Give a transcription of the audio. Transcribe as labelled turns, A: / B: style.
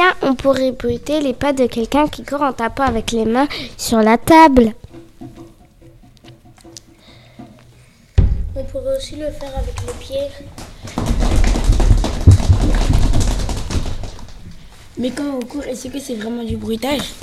A: Tiens, on pourrait bruiter les pas de quelqu'un qui court en tapant avec les mains sur la table.
B: On pourrait aussi le faire avec les pieds.
C: Mais quand on court, est-ce que c'est vraiment du bruitage